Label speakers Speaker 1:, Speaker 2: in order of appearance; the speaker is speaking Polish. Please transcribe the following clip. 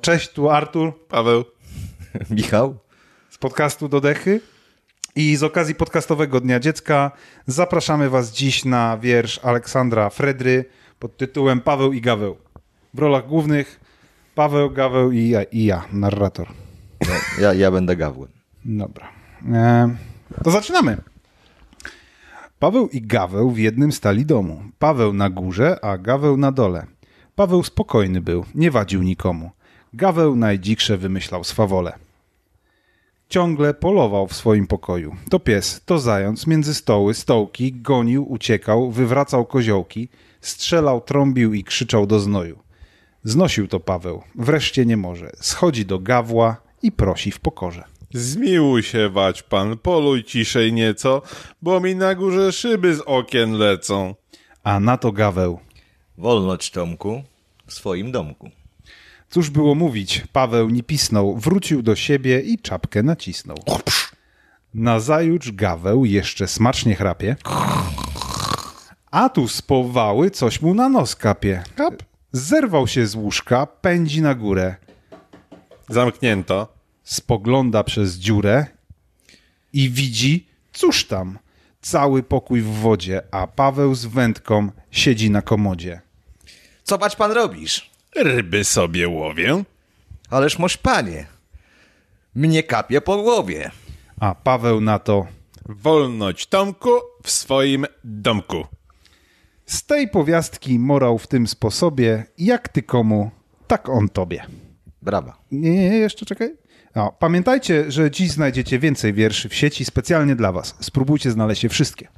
Speaker 1: Cześć, tu Artur
Speaker 2: Paweł.
Speaker 3: Michał?
Speaker 1: z podcastu Dodechy. I z okazji podcastowego Dnia Dziecka zapraszamy Was dziś na wiersz Aleksandra Fredry pod tytułem Paweł i Gaweł. W rolach głównych Paweł, Gaweł i ja, i ja narrator.
Speaker 3: No, Ja, ja będę gawłem.
Speaker 1: Dobra. E, to zaczynamy. Paweł i Gaweł w jednym stali domu. Paweł na górze, a Gaweł na dole. Paweł spokojny był, nie wadził nikomu. Gaweł najdziksze wymyślał swawole. Ciągle polował w swoim pokoju. To pies, to zając, między stoły, stołki, gonił, uciekał, wywracał koziołki, strzelał, trąbił i krzyczał do znoju. Znosił to Paweł, wreszcie nie może. Schodzi do gawła i prosi w pokorze.
Speaker 2: Zmiłuj się, wać pan, poluj ciszej nieco, bo mi na górze szyby z okien lecą.
Speaker 1: A na to gaweł.
Speaker 3: Wolność Tomku w swoim domku.
Speaker 1: Cóż było mówić, Paweł nie pisnął, wrócił do siebie i czapkę nacisnął. Nazajutrz gaweł jeszcze smacznie chrapie. A tu z powały coś mu na nos kapie. Zerwał się z łóżka, pędzi na górę.
Speaker 2: Zamknięto.
Speaker 1: spogląda przez dziurę i widzi, cóż tam, cały pokój w wodzie, a Paweł z wędką siedzi na komodzie.
Speaker 3: Co bać pan robisz?
Speaker 2: Ryby sobie łowię.
Speaker 3: Ależ moś panie. Mnie kapie po głowie.
Speaker 1: A Paweł na to,
Speaker 2: Wolność Tomku w swoim domku.
Speaker 1: z tej powiastki morał w tym sposobie, jak ty komu, tak on tobie.
Speaker 3: Brawa.
Speaker 1: Nie, nie, nie, jeszcze czekaj. No, pamiętajcie, że dziś znajdziecie więcej wierszy w sieci specjalnie dla was. Spróbujcie znaleźć je wszystkie.